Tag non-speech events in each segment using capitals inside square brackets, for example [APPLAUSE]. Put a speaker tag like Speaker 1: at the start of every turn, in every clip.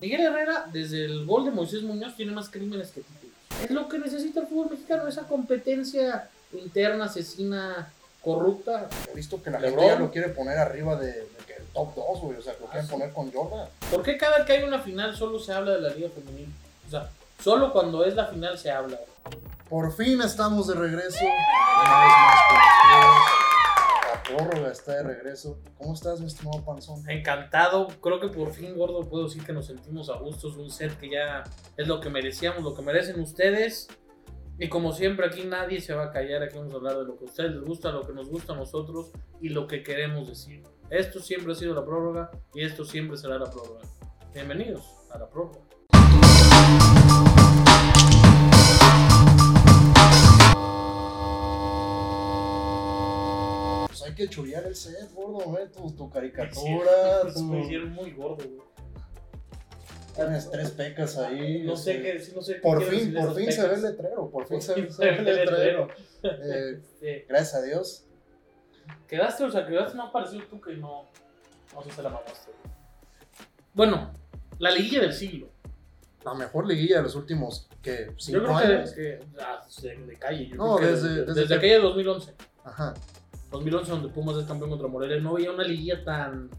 Speaker 1: Miguel Herrera, desde el gol de Moisés Muñoz, tiene más crímenes que títulos. Es lo que necesita el fútbol mexicano, esa competencia interna, asesina, corrupta.
Speaker 2: He visto que la
Speaker 1: Lebron.
Speaker 2: gente ya lo quiere poner arriba de, de que el top 2, güey. O sea, que lo
Speaker 1: Ah,
Speaker 2: quieren
Speaker 1: sí.
Speaker 2: poner con Jordan.
Speaker 1: ¿Por qué cada que hay una final solo se habla de la Liga Femenil? O sea, solo cuando es la final se habla.
Speaker 2: Por fin estamos de regreso. Una vez más con ustedes. La prórroga está de regreso. ¿Cómo estás, mi estimado Panzón?
Speaker 1: Encantado, creo que por fin, gordo, puedo decir que nos sentimos a gusto. Es un set que ya es lo que merecíamos, lo que merecen ustedes. Y como siempre, aquí nadie se va a callar. Aquí vamos a hablar de lo que a ustedes les gusta, lo que nos gusta a nosotros y lo que queremos decir. Esto siempre ha sido la prórroga y esto siempre será la prórroga. Bienvenidos a la prórroga.
Speaker 2: Pues hay que chulear el set, gordo, ¿eh? Tu, tu caricatura,
Speaker 1: Sí, [LAUGHS] me
Speaker 2: tu...
Speaker 1: hicieron muy gordo, güey.
Speaker 2: Tienes tres pecas ahí.
Speaker 1: No sé
Speaker 2: este.
Speaker 1: qué decir, no sé qué
Speaker 2: Por
Speaker 1: quiero
Speaker 2: fin,
Speaker 1: decir de esas
Speaker 2: por fin se ve
Speaker 1: pecas.
Speaker 2: el letrero, por fin
Speaker 1: Por
Speaker 2: se
Speaker 1: fin
Speaker 2: ve se ve el letrero. Eh,
Speaker 1: Este,
Speaker 2: gracias a Dios.
Speaker 1: Quedaste, o sea, quedaste más parecido tú que no. No sé si la mamaste. güey. Bueno, la liguilla del siglo.
Speaker 2: La mejor liguilla de los últimos, que
Speaker 1: Yo
Speaker 2: cinco
Speaker 1: creo que,
Speaker 2: años.
Speaker 1: que- ah, de, de calle. yo
Speaker 2: No,
Speaker 1: creo que
Speaker 2: desde- desde-
Speaker 1: desde aquella de 2011.
Speaker 2: Ajá.
Speaker 1: 2011 donde Pumas es campeón contra Morelia, no veía una liguilla tan...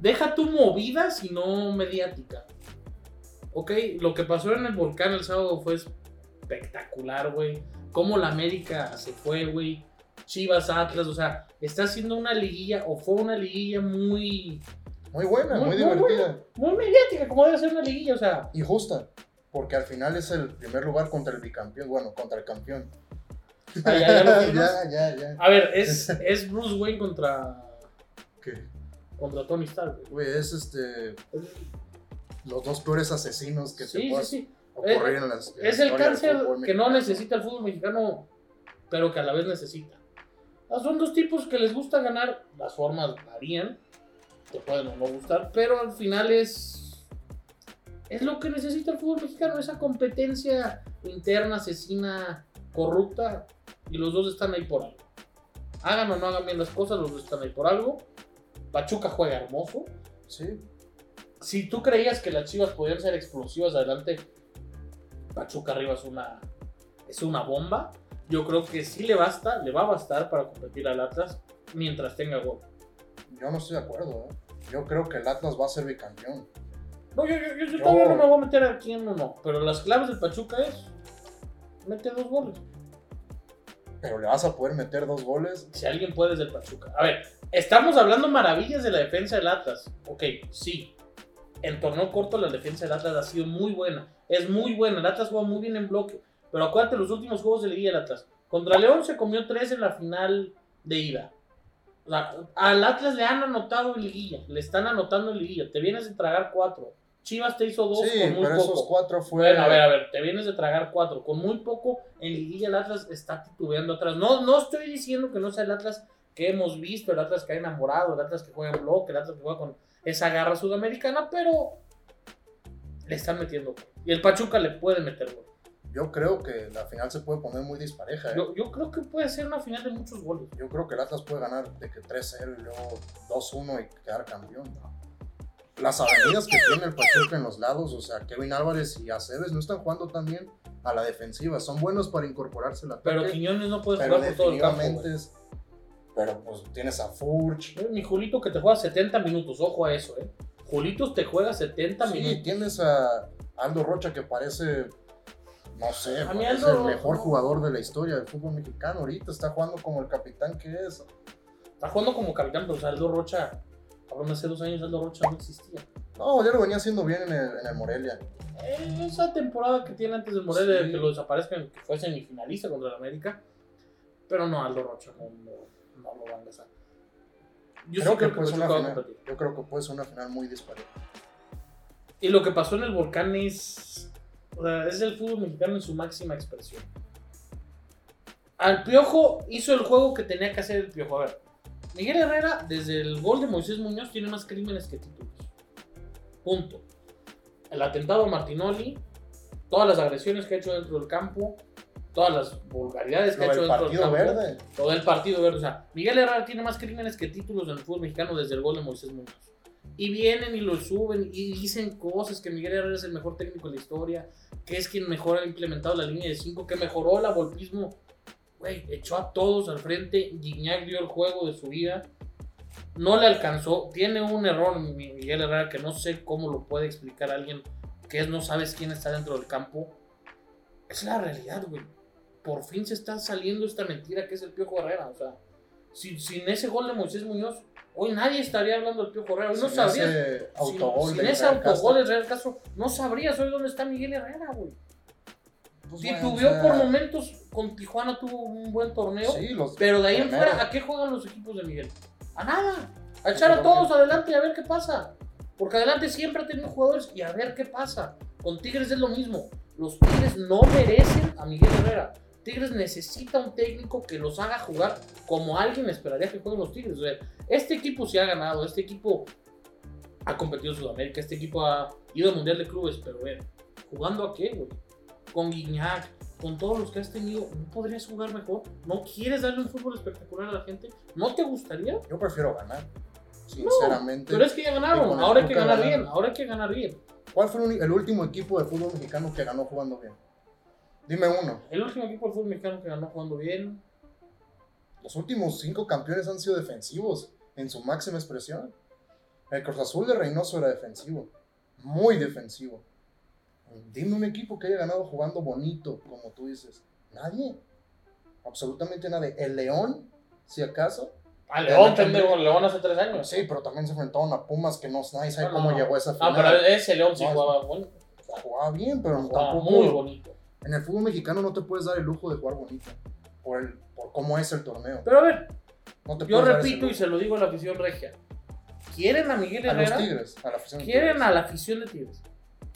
Speaker 1: Deja tu movida, sino mediática. Ok, lo que pasó en el volcán el sábado fue espectacular, güey. Cómo la América se fue, güey. Chivas, Atlas, o sea, está haciendo una liguilla, o fue una liguilla muy...
Speaker 2: Muy buena,
Speaker 1: Muy-
Speaker 2: muy,
Speaker 1: muy
Speaker 2: divertida
Speaker 1: Muy mediática, como debe ser una liguilla, o
Speaker 2: [LAUGHS]
Speaker 1: sea...
Speaker 2: y justa, porque al final es el primer lugar contra el bicampeón, bueno, contra el campeón.
Speaker 1: Ah, [LAUGHS] ya, ya lo firmas.
Speaker 2: [LAUGHS] ya, ya, ya.
Speaker 1: A ver, es, es Bruce Wayne contra,
Speaker 2: Que,
Speaker 1: contra Tony Stark, güey.
Speaker 2: güey, es este los dos peores asesinos que se
Speaker 1: Sí, sí,
Speaker 2: puedan
Speaker 1: sí.
Speaker 2: ocurrir en las en la
Speaker 1: Es el
Speaker 2: historia del
Speaker 1: cáncer
Speaker 2: fútbol
Speaker 1: que no
Speaker 2: mexicano.
Speaker 1: necesita el fútbol mexicano, pero que a la vez necesita. Ah, Son dos tipos que les gusta ganar, las formas varían, te pueden o no gustar, pero al final es, es lo que necesita el fútbol mexicano, esa competencia interna, asesina, corrupta, y los dos están ahí por algo. Hagan o no hagan bien las cosas, los dos están ahí por algo. Pachuca juega hermoso,
Speaker 2: Sí,
Speaker 1: si tú creías que las Chivas podían ser explosivas adelante, Pachuca arriba es una, es una bomba. Yo creo que sí le basta, le va a bastar para competir al Atlas mientras tenga gol.
Speaker 2: yo no estoy de acuerdo, ¿eh? Yo creo que el Atlas va a ser bicampeón.
Speaker 1: No, yo, yo- yo- yo
Speaker 2: Yo-
Speaker 1: todavía no me voy a meter a quién o no, pero las claves del Pachuca es mete dos goles.
Speaker 2: Pero le vas a poder meter dos goles.
Speaker 1: pues, Si alguien puede es del Pachuca. A ver, estamos hablando maravillas de la defensa del Atlas. Ok, sí. En torneo corto la defensa del Atlas ha sido muy buena. Es muy buena. El Atlas juega muy bien en bloque. Pero acuérdate los últimos juegos de Liga del Atlas. Contra León se comió tres en la final de ida. O sea, al Atlas le han anotado en liguilla. Le están anotando en liguilla. Te vienes de tragar cuatro. Chivas te hizo dos
Speaker 2: Sí,
Speaker 1: con muy
Speaker 2: pero
Speaker 1: poco.
Speaker 2: esos cuatro fue
Speaker 1: Bueno, a ver, a ver, te vienes de tragar cuatro. Con muy poco, en Liguilla el Atlas está titubeando atrás. No, no estoy diciendo que no sea el Atlas que hemos visto, el Atlas que ha enamorado, el Atlas que juega en bloque, el Atlas que juega con esa garra sudamericana, pero le están metiendo. gol. Y el Pachuca le puede meter gol.
Speaker 2: yo creo que la final se puede poner muy dispareja, ¿eh?
Speaker 1: Yo, yo creo que puede ser una final de muchos goles.
Speaker 2: Yo creo que el Atlas puede ganar de que 3-0 y luego 2-1 y quedar campeón. Las avenidas que tiene el Pachuca en los lados, o sea, Kevin Álvarez y Aceves no están jugando tan bien a la defensiva. Son buenos para incorporarse al ataque,
Speaker 1: Pero Quiñones no puede
Speaker 2: pero
Speaker 1: jugar por todo el campo.
Speaker 2: definitivamente
Speaker 1: güey.
Speaker 2: es- Pero pues tienes a Furch.
Speaker 1: Mi Julito que te juega 70 minutos, ojo a eso, ¿eh? Julitos te juega 70
Speaker 2: Sí,
Speaker 1: minutos.
Speaker 2: tienes a Aldo Rocha que parece, no sé,
Speaker 1: A mí
Speaker 2: es
Speaker 1: Aldo-
Speaker 2: el mejor jugador de la historia del fútbol mexicano. Ahorita está jugando como el capitán que es.
Speaker 1: Está jugando como capitán, pero o sea, Aldo Rocha, cabrón, hace dos años Aldo Rocha no existía.
Speaker 2: No, ya lo venía haciendo bien en el, en el Morelia.
Speaker 1: Eh, Esa temporada que tiene antes de Morelia,
Speaker 2: Sí.
Speaker 1: que lo desaparezcan, que fue semifinalista contra el América. Pero no, Aldo Rocha no, no, no lo van a dejar. Yo
Speaker 2: creo
Speaker 1: sí creo
Speaker 2: que,
Speaker 1: que,
Speaker 2: puede ser
Speaker 1: Pachuca
Speaker 2: una
Speaker 1: va a
Speaker 2: final.
Speaker 1: competir.
Speaker 2: Yo creo que puede ser una final muy dispareja.
Speaker 1: Y lo que pasó en el Volcán es. o sea, es el fútbol mexicano en su máxima expresión. Al Piojo hizo el juego que tenía que hacer el Piojo. A ver, Miguel Herrera, desde el gol de Moisés Muñoz, tiene más crímenes que títulos. Punto. El atentado a Martinoli, todas las agresiones que ha hecho dentro del campo, todas las vulgaridades que
Speaker 2: Lo
Speaker 1: ha hecho
Speaker 2: del
Speaker 1: dentro del
Speaker 2: partido
Speaker 1: campo.
Speaker 2: verde.
Speaker 1: Lo del partido verde. O sea, Miguel Herrera tiene más crímenes que títulos en el fútbol mexicano desde el gol de Moisés Muñoz. Y vienen y lo suben y dicen cosas que Miguel Herrera es el mejor técnico de la historia, que es quien mejor ha implementado la línea de 5, que mejoró el abolpismo. Güey, echó a todos al frente, Gignac dio el juego de su vida, no le alcanzó, tiene un error mi- Miguel Herrera que no sé cómo lo puede explicar a alguien que es no sabes quién está dentro del campo. Es la realidad, güey. Por fin se está saliendo esta mentira que es el Piojo Herrera, o sea, sin, sin ese gol de Moisés Muñoz, hoy nadie estaría hablando del Piojo Herrera, hoy no
Speaker 2: Sin
Speaker 1: sabrías
Speaker 2: ese
Speaker 1: sin,
Speaker 2: autogol
Speaker 1: sin
Speaker 2: de
Speaker 1: ese
Speaker 2: Israel Castro.
Speaker 1: autogol de Real Castro, no sabrías hoy dónde está Miguel Herrera, güey.
Speaker 2: Pues bueno, o
Speaker 1: Titubeó
Speaker 2: sea,
Speaker 1: por momentos, con Tijuana tuvo un buen torneo,
Speaker 2: Sí, los
Speaker 1: pero de ahí en
Speaker 2: primero.
Speaker 1: fuera, ¿a qué juegan los equipos de Miguel? A nada, a echar a
Speaker 2: Creo
Speaker 1: todos adelante y a ver qué pasa. Porque adelante siempre ha tenido jugadores y a ver qué pasa. Con Tigres es lo mismo. Los Tigres no merecen a Miguel Herrera. Tigres necesita un técnico que los haga jugar como alguien esperaría que jueguen los Tigres. O sea, este equipo se ha ganado, este equipo ha competido en Sudamérica, este equipo ha ido al Mundial de Clubes, pero ver, ¿jugando a qué, güey? Con Guiñac, con todos los que has tenido, ¿no podrías jugar mejor? ¿No quieres darle un fútbol espectacular a la gente? ¿No te gustaría?
Speaker 2: Yo prefiero ganar, sinceramente.
Speaker 1: Pero es que ya
Speaker 2: Y con
Speaker 1: ganaron,
Speaker 2: el
Speaker 1: ahora hay que
Speaker 2: Tuca
Speaker 1: ganar
Speaker 2: ganaron.
Speaker 1: bien, ahora hay que ganar bien.
Speaker 2: ¿Cuál fue el uni- el último equipo de fútbol mexicano que ganó jugando bien? Dime uno.
Speaker 1: El último equipo del fútbol mexicano que ganó jugando bien,
Speaker 2: Los últimos cinco campeones han sido defensivos en su máxima expresión. El Cruz Azul de Reynoso era defensivo, muy defensivo. Dime un equipo que haya ganado jugando bonito, como tú dices. Nadie, absolutamente nadie. El León, si acaso.
Speaker 1: a
Speaker 2: León
Speaker 1: León, pendejo,
Speaker 2: también.
Speaker 1: León hace tres años.
Speaker 2: Sí, pero también se enfrentaron a Pumas que no nadie sabe
Speaker 1: No,
Speaker 2: cómo
Speaker 1: no, no.
Speaker 2: llegó a esa
Speaker 1: Ah,
Speaker 2: final.
Speaker 1: pero ese León sí
Speaker 2: No, es-
Speaker 1: jugaba bueno,
Speaker 2: Jugaba bien, pero
Speaker 1: jugaba
Speaker 2: tampoco
Speaker 1: muy bonito.
Speaker 2: En el fútbol mexicano no te puedes dar el lujo de jugar bonito por, el, por cómo es el torneo.
Speaker 1: Pero a ver,
Speaker 2: No te
Speaker 1: Yo
Speaker 2: puedes dar ese
Speaker 1: repito y
Speaker 2: lujo.
Speaker 1: se lo digo a la afición regia. ¿Quieren a Miguel
Speaker 2: a los
Speaker 1: Herrera?
Speaker 2: Tigres, a la afición de
Speaker 1: ¿Quieren
Speaker 2: Tigres.
Speaker 1: a la afición de Tigres?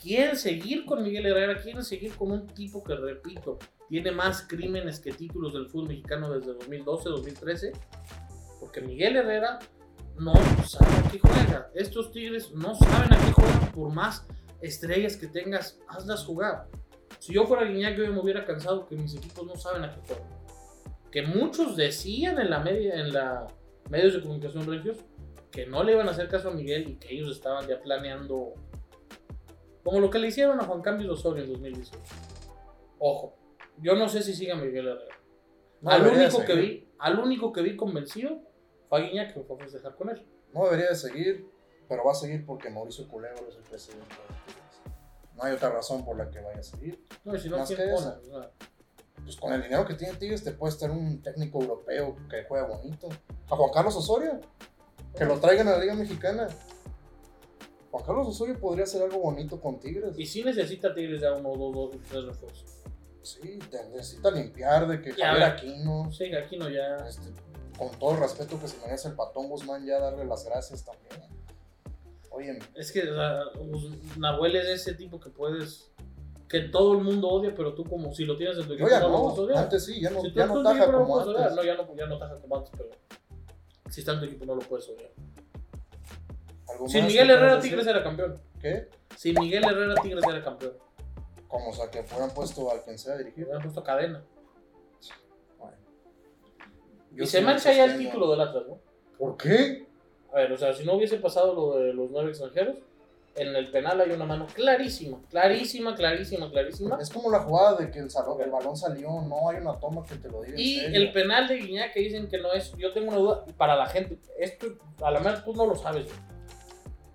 Speaker 1: ¿Quieren seguir con Miguel Herrera? ¿Quieren seguir con un tipo que, repito, tiene más crímenes que títulos del fútbol mexicano desde 2012, 2013? Porque Miguel Herrera no sabe a qué juega. Estos Tigres no saben a qué juegan por más estrellas que tengas, hazlas jugar. Si yo fuera Guiñac, yo ya me hubiera cansado que mis equipos no saben a qué juegan. Que muchos decían en la media, en la medios de comunicación regios, que no le iban a hacer caso a Miguel y que ellos estaban ya planeando como lo que le hicieron a Juan Cambios Osorio en 2018. Ojo, yo no sé si siga Miguel Herrera.
Speaker 2: No
Speaker 1: al
Speaker 2: debería
Speaker 1: único
Speaker 2: de
Speaker 1: que
Speaker 2: seguir.
Speaker 1: vi, al único que vi convencido fue a Guiñac que lo fue a festejar con él.
Speaker 2: No debería de seguir, pero va a seguir porque Mauricio Culebro es el presidente de los Tigres. No hay otra razón por la que vaya a seguir.
Speaker 1: No, y si no,
Speaker 2: Más
Speaker 1: ¿quién
Speaker 2: que
Speaker 1: pone?
Speaker 2: eso.
Speaker 1: O sea,
Speaker 2: Pues con el dinero que tiene Tigres te puedes tener un técnico europeo que juega bonito. A Juan Carlos Osorio, que lo traigan a la Liga Mexicana. Juan Carlos Osorio podría hacer algo bonito con Tigres.
Speaker 1: Y sí necesita Tigres ya uno, dos, dos, tres refuerzos.
Speaker 2: Sí, te necesita limpiar de que
Speaker 1: Ya,
Speaker 2: Javier
Speaker 1: a ver.
Speaker 2: Aquino,
Speaker 1: Sí, aquí no ya.
Speaker 2: este, con todo el respeto que se merece el patón Guzmán, ya darle las gracias también. Oye,
Speaker 1: Es que o sea, pues, Nahuel es ese tipo que puedes. que todo el mundo odia, pero tú, como si lo tienes en tu
Speaker 2: yo
Speaker 1: equipo,
Speaker 2: ya
Speaker 1: no lo
Speaker 2: no,
Speaker 1: vas Pues a odiar.
Speaker 2: antes sí, ya no,
Speaker 1: Si tú
Speaker 2: ya
Speaker 1: estás
Speaker 2: no
Speaker 1: en tu
Speaker 2: taja
Speaker 1: equipo, no lo
Speaker 2: como
Speaker 1: puedes odiar.
Speaker 2: antes.
Speaker 1: No, ya no, ya no taja como antes, pero. Si está en tu equipo, no lo puedes odiar.
Speaker 2: ¿Algo
Speaker 1: Sin
Speaker 2: más
Speaker 1: Miguel
Speaker 2: que
Speaker 1: Herrera,
Speaker 2: quieras decir?
Speaker 1: Tigres era campeón.
Speaker 2: ¿Qué?
Speaker 1: Sin Miguel Herrera, Tigres era campeón.
Speaker 2: Como, o sea, que fueran puesto al quien sea a
Speaker 1: Le
Speaker 2: dirigir.
Speaker 1: hubieran puesto cadena.
Speaker 2: Bueno. Yo
Speaker 1: Y se
Speaker 2: sí
Speaker 1: mancha ya el
Speaker 2: sostengo-
Speaker 1: título del Atlas, ¿no?
Speaker 2: ¿Por qué?
Speaker 1: A ver, o sea, si no hubiese pasado lo de los nueve extranjeros, en el penal hay una mano clarísima, clarísima, clarísima, clarísima.
Speaker 2: Es como la jugada de que el, salón, el balón salió, no hay una toma que te lo diga. en
Speaker 1: Y
Speaker 2: serio.
Speaker 1: el penal de Guiñac que dicen que no es, yo tengo una duda para la gente. Esto, a la mejor tú no lo sabes. güey.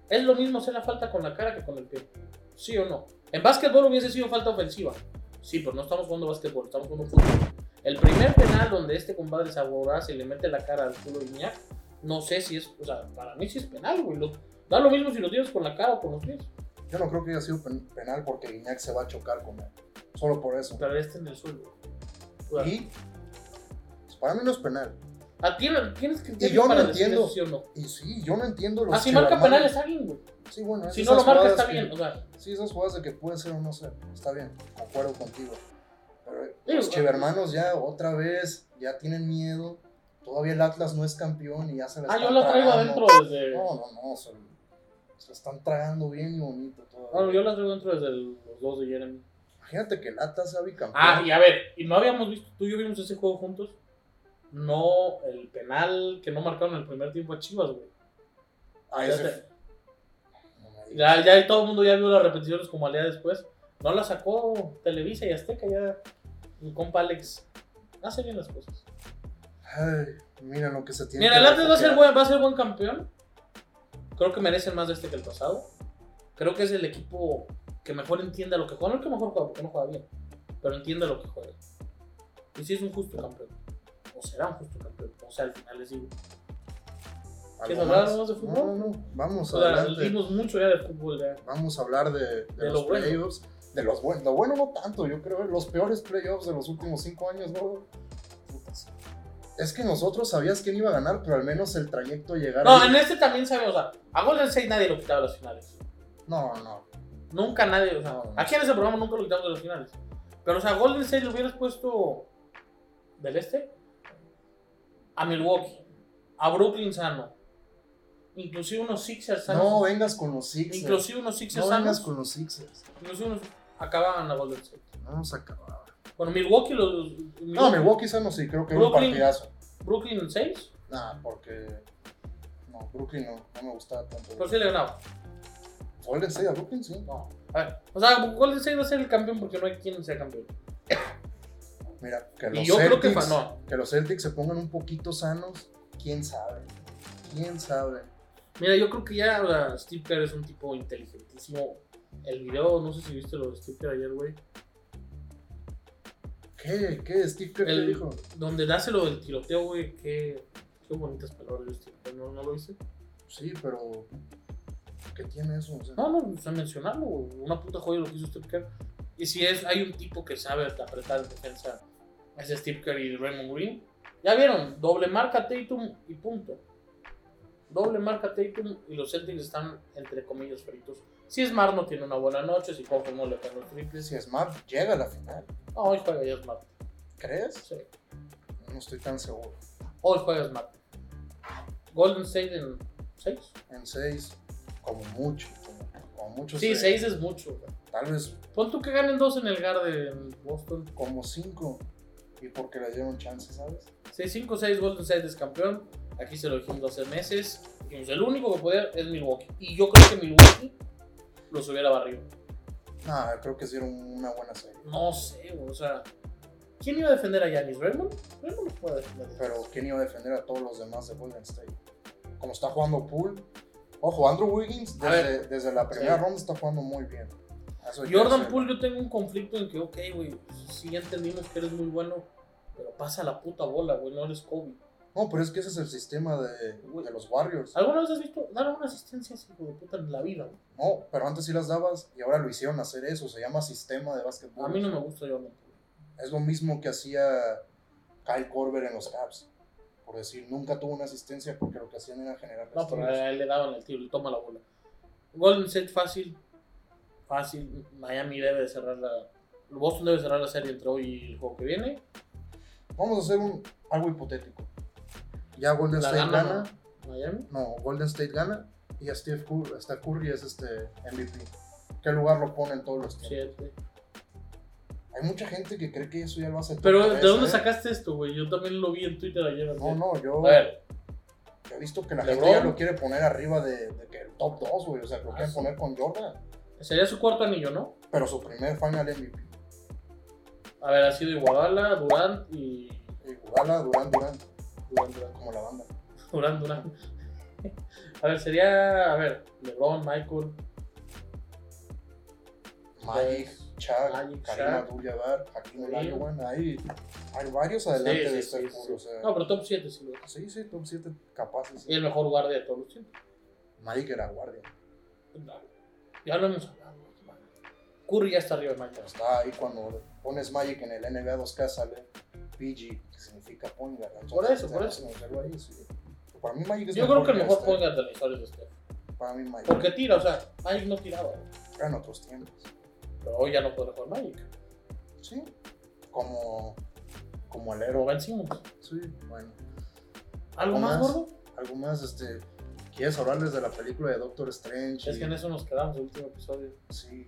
Speaker 1: Es lo mismo hacer la falta con la cara que con el pie. ¿Sí o no? En básquetbol hubiese sido falta ofensiva. Sí, pero no estamos jugando básquetbol, estamos jugando fútbol. El primer penal donde este compadre se aboraza y le mete la cara al culo de Guiñac, no sé si es, o sea, para mí sí es penal, güey. Lo- da lo mismo si lo tiras con la cara o con los pies.
Speaker 2: Yo no creo que haya sido pen- penal porque Guiñac se va a chocar con él. Solo por eso.
Speaker 1: Pero este en el suelo. O sea,
Speaker 2: Y pues, para mí no es penal.
Speaker 1: ¿a ti no- ¿Tienes que
Speaker 2: Y yo no
Speaker 1: para decir
Speaker 2: entiendo.
Speaker 1: eso, sí o no?
Speaker 2: Y sí, yo no entiendo los
Speaker 1: Así
Speaker 2: que
Speaker 1: Ah, marca
Speaker 2: la
Speaker 1: penal
Speaker 2: mandan-
Speaker 1: está bien, güey.
Speaker 2: Sí, bueno,
Speaker 1: Si
Speaker 2: esas
Speaker 1: no lo marca
Speaker 2: jugadas
Speaker 1: está
Speaker 2: que-
Speaker 1: bien, o sea,
Speaker 2: Sí, esas jugadas de que puede ser o no ser. Está bien, concuerdo contigo. Pero eh,
Speaker 1: Digo,
Speaker 2: los chivermanos ya otra vez, ya tienen miedo. Todavía el Atlas no es campeón y ya se la
Speaker 1: ah,
Speaker 2: están
Speaker 1: yo la traigo
Speaker 2: tragando.
Speaker 1: adentro desde.
Speaker 2: No, no, no, se, se la están tragando bien y bonito todavía.
Speaker 1: Bueno, Ah, yo la traigo adentro desde el- los dos de Jeremy.
Speaker 2: Imagínate que el Atlas sea bicampeón.
Speaker 1: Ah, y a ver, y no habíamos visto, tú y yo vimos ese juego juntos. No, el penal que no marcaron en el primer tiempo a Chivas, güey.
Speaker 2: Ah,
Speaker 1: Ya
Speaker 2: ese
Speaker 1: te-
Speaker 2: f-
Speaker 1: Ya, ya todo el mundo ya vio las repeticiones como al día después. No la sacó Televisa y Azteca, ya mi compa Alex hace bien las cosas.
Speaker 2: Ay, mira lo que se tiene.
Speaker 1: Mira,
Speaker 2: que
Speaker 1: el Atlas va a, ser
Speaker 2: refugiar.
Speaker 1: buen, va a ser buen campeón. Creo que merecen más de este que el pasado. Creo que es el equipo que mejor entiende lo que juega. No el que mejor juega, porque no juega bien. Pero entiende lo que juega. Y si es un justo campeón. O será un justo campeón. O sea, al final les digo.
Speaker 2: ¿Algo
Speaker 1: ¿Quieres
Speaker 2: más?
Speaker 1: hablar más de
Speaker 2: No,
Speaker 1: fútbol?
Speaker 2: no, no. Vamos
Speaker 1: O sea,
Speaker 2: adelante.
Speaker 1: dimos mucho ya de fútbol. Ya.
Speaker 2: Vamos a hablar de, de
Speaker 1: De
Speaker 2: los
Speaker 1: lo bueno.
Speaker 2: playoffs. De los buenos. Lo bueno no tanto, yo creo. ¿eh? Los peores playoffs de los últimos cinco años, ¿no? Putas. Es que nosotros sabías quién iba a ganar, pero al menos el trayecto llegar.
Speaker 1: No,
Speaker 2: ahí-
Speaker 1: en este también sabemos. O sea, a Golden State nadie lo quitaba de las finales.
Speaker 2: no, no.
Speaker 1: Nunca nadie. O sea,
Speaker 2: No, no.
Speaker 1: aquí en ese programa nunca lo quitamos de las finales. Pero, o sea, Golden State lo hubieras puesto del este a Milwaukee, a Brooklyn sano, inclusive unos Sixers sanos.
Speaker 2: No vengas con los Sixers.
Speaker 1: inclusive unos Sixers
Speaker 2: no vengas
Speaker 1: sanos.
Speaker 2: con los Sixers.
Speaker 1: Inclusive unos acababan a Golden State.
Speaker 2: No nos acababa.
Speaker 1: Bueno, Milwaukee los.
Speaker 2: No, Milwaukee sano sí, creo que era un
Speaker 1: Brooklyn.
Speaker 2: partidazo.
Speaker 1: Brooklyn en 6,
Speaker 2: Nah, porque. No, Brooklyn no, no me gustaba tanto.
Speaker 1: pero pues sí le ganaba.
Speaker 2: Golden State a Brooklyn, sí.
Speaker 1: No. A ver, o sea, Golden State va a ser el campeón porque no hay quien sea campeón.
Speaker 2: Mira, que los
Speaker 1: Y yo creo que
Speaker 2: Celtics,
Speaker 1: fa- no.
Speaker 2: que los Celtics se pongan un poquito sanos, quién sabe. Quién sabe.
Speaker 1: Mira, yo creo que ya o sea, Steve Kerr es un tipo inteligentísimo. El video, no sé si viste lo de Steve Kerr ayer, güey.
Speaker 2: ¿Qué? ¿Qué? ¿Steve Kerr
Speaker 1: El-
Speaker 2: te dijo?
Speaker 1: Donde nace lo del tiroteo, güey. Qué, qué bonitas palabras, Steve Kerr. ¿No, no lo viste?
Speaker 2: Sí, pero. ¿Qué tiene eso? O sea,
Speaker 1: No, no, o sea, mencionarlo, güey. Una puta joya lo que hizo Steve Kerr. Y si es, hay un tipo que sabe apretar en defensa, es Steve Kerr y Raymond Green. Ya vieron, doble marca Tatum y punto. Doble marca Tatum y los Celtics están, entre comillas, fritos. Si Smart no tiene una buena noche, si Crawford no le pega los triples.
Speaker 2: Si Smart llega a la final,
Speaker 1: No, hoy juega ya Smart.
Speaker 2: ¿crees?
Speaker 1: Sí.
Speaker 2: No estoy tan seguro.
Speaker 1: Hoy juega Smart. Golden State en 6.
Speaker 2: En 6, como mucho. Como, como mucho.
Speaker 1: Sí,
Speaker 2: se-
Speaker 1: 6 es mucho. güey.
Speaker 2: Tal vez
Speaker 1: Pon tú que ganen 2 en el Garden en Boston.
Speaker 2: como 5. Y porque le dieron chance, ¿sabes?
Speaker 1: 6-5-6 Golden State es campeón. Aquí se lo dijimos hace meses. Dijimos, el único que podía es Milwaukee. Y yo creo que Milwaukee los hubiera barrido.
Speaker 2: Nah, creo que hicieron una buena serie.
Speaker 1: No sé, güey, o sea. ¿Quién iba a defender a Giannis? ¿Raymond? Raymond no puede defender.
Speaker 2: Pero ¿quién iba a defender a todos los demás de Golden State? Como está jugando Poole. Ojo, Andrew Wiggins
Speaker 1: A
Speaker 2: desde, desde la primera
Speaker 1: Sí.
Speaker 2: ronda está jugando muy bien. Eso hay que
Speaker 1: Jordan
Speaker 2: decirlo.
Speaker 1: Poole, yo tengo un conflicto en que, ok, güey, sí entendimos que eres muy bueno, pero pasa la puta bola, güey, no eres Kobe.
Speaker 2: No, pero es que ese es el sistema de, de los Warriors.
Speaker 1: ¿Alguna vez has visto dar una asistencia así, hijo de puta, en la vida? güey?
Speaker 2: No, pero antes sí las dabas y ahora lo hicieron hacer eso. Se llama sistema de básquetbol.
Speaker 1: A mí no me gusta Jordan Poole.
Speaker 2: Es lo mismo que hacía Kyle Korver en los Caps. Por decir, nunca tuvo una asistencia porque lo que hacían era generar
Speaker 1: No, pero eh.
Speaker 2: castigos.
Speaker 1: a él le daban el tiro, le toma la bola. Golden State fácil, fácil. Miami debe de cerrar la. Boston debe cerrar la serie entre hoy y el juego que viene.
Speaker 2: Vamos a hacer un, algo hipotético. Ya Golden
Speaker 1: La
Speaker 2: State
Speaker 1: gana,
Speaker 2: gana.
Speaker 1: Miami.
Speaker 2: No, Golden State gana y a Steve Cur- hasta Curry es este MVP. ¿Qué lugar lo pone en todos los tiempos?
Speaker 1: Siete.
Speaker 2: Hay mucha gente que cree que eso ya lo hace.
Speaker 1: Pero
Speaker 2: todo
Speaker 1: ¿de
Speaker 2: eso,
Speaker 1: dónde
Speaker 2: ¿eh?
Speaker 1: sacaste esto, güey? Yo también lo vi en Twitter ayer.
Speaker 2: No,
Speaker 1: así.
Speaker 2: no, yo,
Speaker 1: A ver,
Speaker 2: yo he visto que la
Speaker 1: LeBron.
Speaker 2: gente ya lo quiere poner arriba de, de que el top 2, güey. O sea, lo
Speaker 1: Ah,
Speaker 2: quieren
Speaker 1: sí.
Speaker 2: poner con Jordan.
Speaker 1: sería su cuarto anillo, ¿no?
Speaker 2: Pero su primer final MVP.
Speaker 1: A ver, ha sido Iguodala, Durant y. [LAUGHS]
Speaker 2: eh, Iguala, Durán, Durán,
Speaker 1: Durant, Durant.
Speaker 2: como la banda.
Speaker 1: Durant, Durant. [LAUGHS] A ver, sería. A ver, LeBron, Michael,
Speaker 2: Magic,
Speaker 1: Pues,
Speaker 2: Chad,
Speaker 1: Magic,
Speaker 2: Karim
Speaker 1: Shaq.
Speaker 2: Abdul-Jabbar, Hakim
Speaker 1: Karim.
Speaker 2: Olajuwon. Hay, hay varios
Speaker 1: Sí,
Speaker 2: adelante
Speaker 1: sí,
Speaker 2: de
Speaker 1: sí,
Speaker 2: Steph
Speaker 1: sí.
Speaker 2: Curry. O sea,
Speaker 1: No, pero top 7 sí, güey.
Speaker 2: sí, sí, top 7 capaces.
Speaker 1: Y el mejor guardia de todos los tiempos.
Speaker 2: Magic era guardia.
Speaker 1: Ya lo hemos hablado. güey. Curry ya está arriba de Michael.
Speaker 2: Pues, Está ahí cuando pones Magic en el NBA 2K sale PG, que significa point guard. Entonces,
Speaker 1: Por eso, por
Speaker 2: tenemos
Speaker 1: eso.
Speaker 2: que meterlo ahí, sí. Para mí Magic es
Speaker 1: Yo creo que el mejor
Speaker 2: este.
Speaker 1: point guard de la historia es este.
Speaker 2: Para mí Magic.
Speaker 1: Porque tira, o sea, Magic no tiraba. güey.
Speaker 2: Eran otros tiempos.
Speaker 1: Pero hoy ya no puede jugar Magic.
Speaker 2: Sí. Como, como el
Speaker 1: Pero
Speaker 2: héroe.
Speaker 1: vencimos.
Speaker 2: Sí, bueno.
Speaker 1: ¿Algo
Speaker 2: ¿Algo
Speaker 1: más,
Speaker 2: más?
Speaker 1: gordo?
Speaker 2: Algo más, este... ¿Quieres hablarles de la película de Doctor Strange?
Speaker 1: Es
Speaker 2: Y-
Speaker 1: que en eso nos quedamos el último episodio.
Speaker 2: Sí.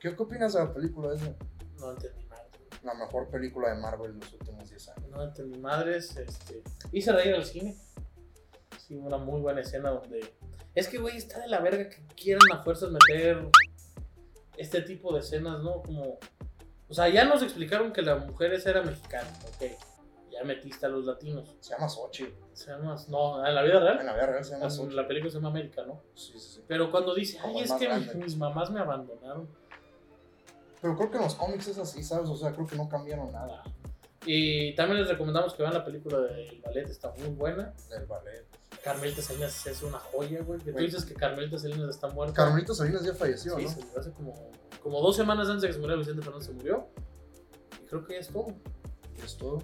Speaker 2: ¿Qué, qué opinas de la película esa?
Speaker 1: No entendí madres. güey.
Speaker 2: La mejor película de Marvel de los últimos 10 años.
Speaker 1: No entendí madres. Este... Hice reír al cine. Sí, una muy buena escena donde. Es que, güey, está de la verga que quieran a fuerzas meter este tipo de escenas, ¿no? Como. O sea, ya nos explicaron que la mujer esa era mexicana, ok. Ya metiste a los latinos.
Speaker 2: Se llama Sochi.
Speaker 1: Se llama. No, en la vida
Speaker 2: En
Speaker 1: real.
Speaker 2: la vida real se llama
Speaker 1: En
Speaker 2: Sochi.
Speaker 1: la película se llama América, ¿no?
Speaker 2: Sí, sí, sí.
Speaker 1: Pero cuando dice,
Speaker 2: Como
Speaker 1: ay,
Speaker 2: el
Speaker 1: es
Speaker 2: más
Speaker 1: que
Speaker 2: grande. pues.
Speaker 1: mis mamás me abandonaron.
Speaker 2: Pero creo que en los cómics es así, ¿sabes? O sea, creo que no cambiaron nada
Speaker 1: Nada. Y también les recomendamos que vean la película del ballet, está muy buena.
Speaker 2: del ballet.
Speaker 1: Carmelita Salinas es una joya, güey. Que tú
Speaker 2: Güey.
Speaker 1: dices que Carmelita Salinas está muerta.
Speaker 2: Carmelita Salinas ya
Speaker 1: Sí,
Speaker 2: falleció, ¿no?
Speaker 1: se murió hace como, como dos semanas antes de que se muriera Vicente Fernández, se murió. Y creo que ya es todo.
Speaker 2: Y Es todo.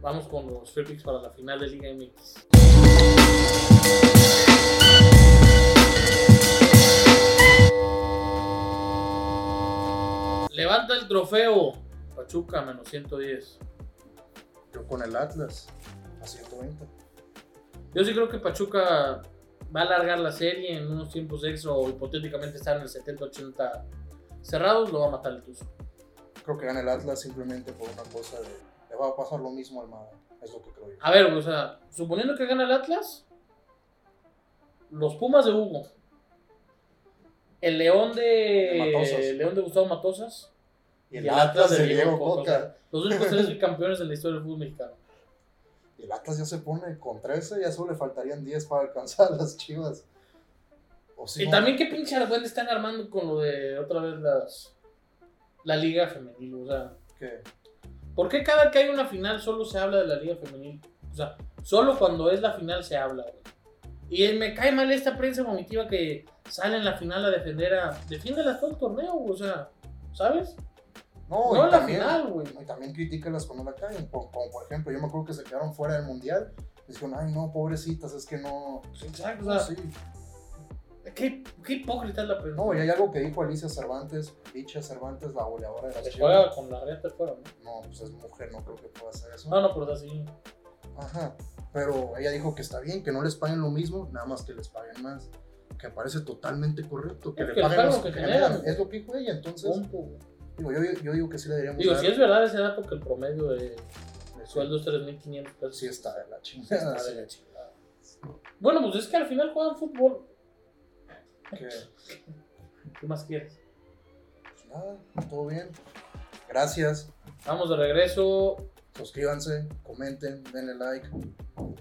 Speaker 1: Vamos con los free picks para la final de Liga MX. Levanta el trofeo. Pachuca menos 110.
Speaker 2: Yo con el Atlas a 120.
Speaker 1: Yo sí creo que Pachuca va a alargar la serie en unos tiempos extra o hipotéticamente estar en el 70-80 cerrados, lo va a matar el Tuzo.
Speaker 2: Creo que gana el Atlas simplemente por una cosa de. Le va a pasar lo mismo al Mada. Es lo que creo yo.
Speaker 1: A ver, o sea, suponiendo que gana el Atlas, los Pumas de Hugo, el León de,
Speaker 2: De Matosas.
Speaker 1: el León de Gustavo Matosas
Speaker 2: Y el Atlas de Diego Coca.
Speaker 1: Los únicos tres
Speaker 2: [LAUGHS]
Speaker 1: campeones en la historia del fútbol mexicano.
Speaker 2: Y el Atlas ya se pone con 13, ya solo le faltarían 10 para alcanzar a las chivas. O si
Speaker 1: y
Speaker 2: no,
Speaker 1: también qué pinche argüende están armando con lo de otra vez las la liga femenil, o sea,
Speaker 2: que-
Speaker 1: ¿por qué cada que hay una final solo se habla de la liga femenil? O sea, solo cuando es la final se habla, güey. Y me cae mal esta prensa vomitiva que sale en la final a defender a. Defiéndelas todo el torneo, güey, o sea, ¿sabes?
Speaker 2: No,
Speaker 1: no
Speaker 2: y
Speaker 1: en la
Speaker 2: también-
Speaker 1: final, güey.
Speaker 2: Y también critícalas cuando la caen. Por- como por ejemplo, yo me acuerdo que se quedaron fuera del mundial. Y dijeron, ay, no, pobrecitas, es que no.
Speaker 1: Exacto, o
Speaker 2: no,
Speaker 1: sea,
Speaker 2: sí".
Speaker 1: qué, qué hipócrita es la prensa.
Speaker 2: No, y hay algo que dijo Alicia Cervantes, dicha Cervantes, la goleadora de las
Speaker 1: Se
Speaker 2: chivas.
Speaker 1: juega con la reta fuera, ¿no?
Speaker 2: No, pues es mujer, no creo que pueda hacer eso.
Speaker 1: No, no, pero así.
Speaker 2: Ajá. Pero ella dijo que está bien, que no les paguen lo mismo, nada más que les paguen más. Que me parece totalmente correcto. Que
Speaker 1: Es
Speaker 2: le
Speaker 1: que les
Speaker 2: paguen
Speaker 1: pagan
Speaker 2: los
Speaker 1: lo
Speaker 2: que
Speaker 1: que generan,
Speaker 2: generan.
Speaker 1: güey.
Speaker 2: Es lo que dijo ella, entonces.
Speaker 1: punto, güey.
Speaker 2: Digo, yo, yo digo que sí le deberíamos
Speaker 1: Digo,
Speaker 2: dar.
Speaker 1: si es verdad ese dato que el promedio de
Speaker 2: de-
Speaker 1: sueldo es 3.500 pesos.
Speaker 2: Sí está de la chingada.
Speaker 1: Está de la chingada. Bueno, pues es que al final juegan fútbol.
Speaker 2: Que,
Speaker 1: ¿Qué más quieres?
Speaker 2: pues nada, todo bien. Gracias.
Speaker 1: Vamos de regreso.
Speaker 2: Suscríbanse, comenten, denle like.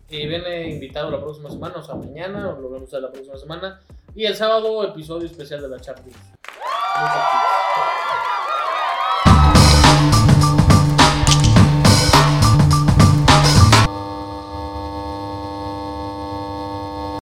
Speaker 1: Y viene invitado la próxima semana, o sea, mañana, o lo vemos la próxima semana. Y el sábado, episodio especial de la Champions. Muchas gracias.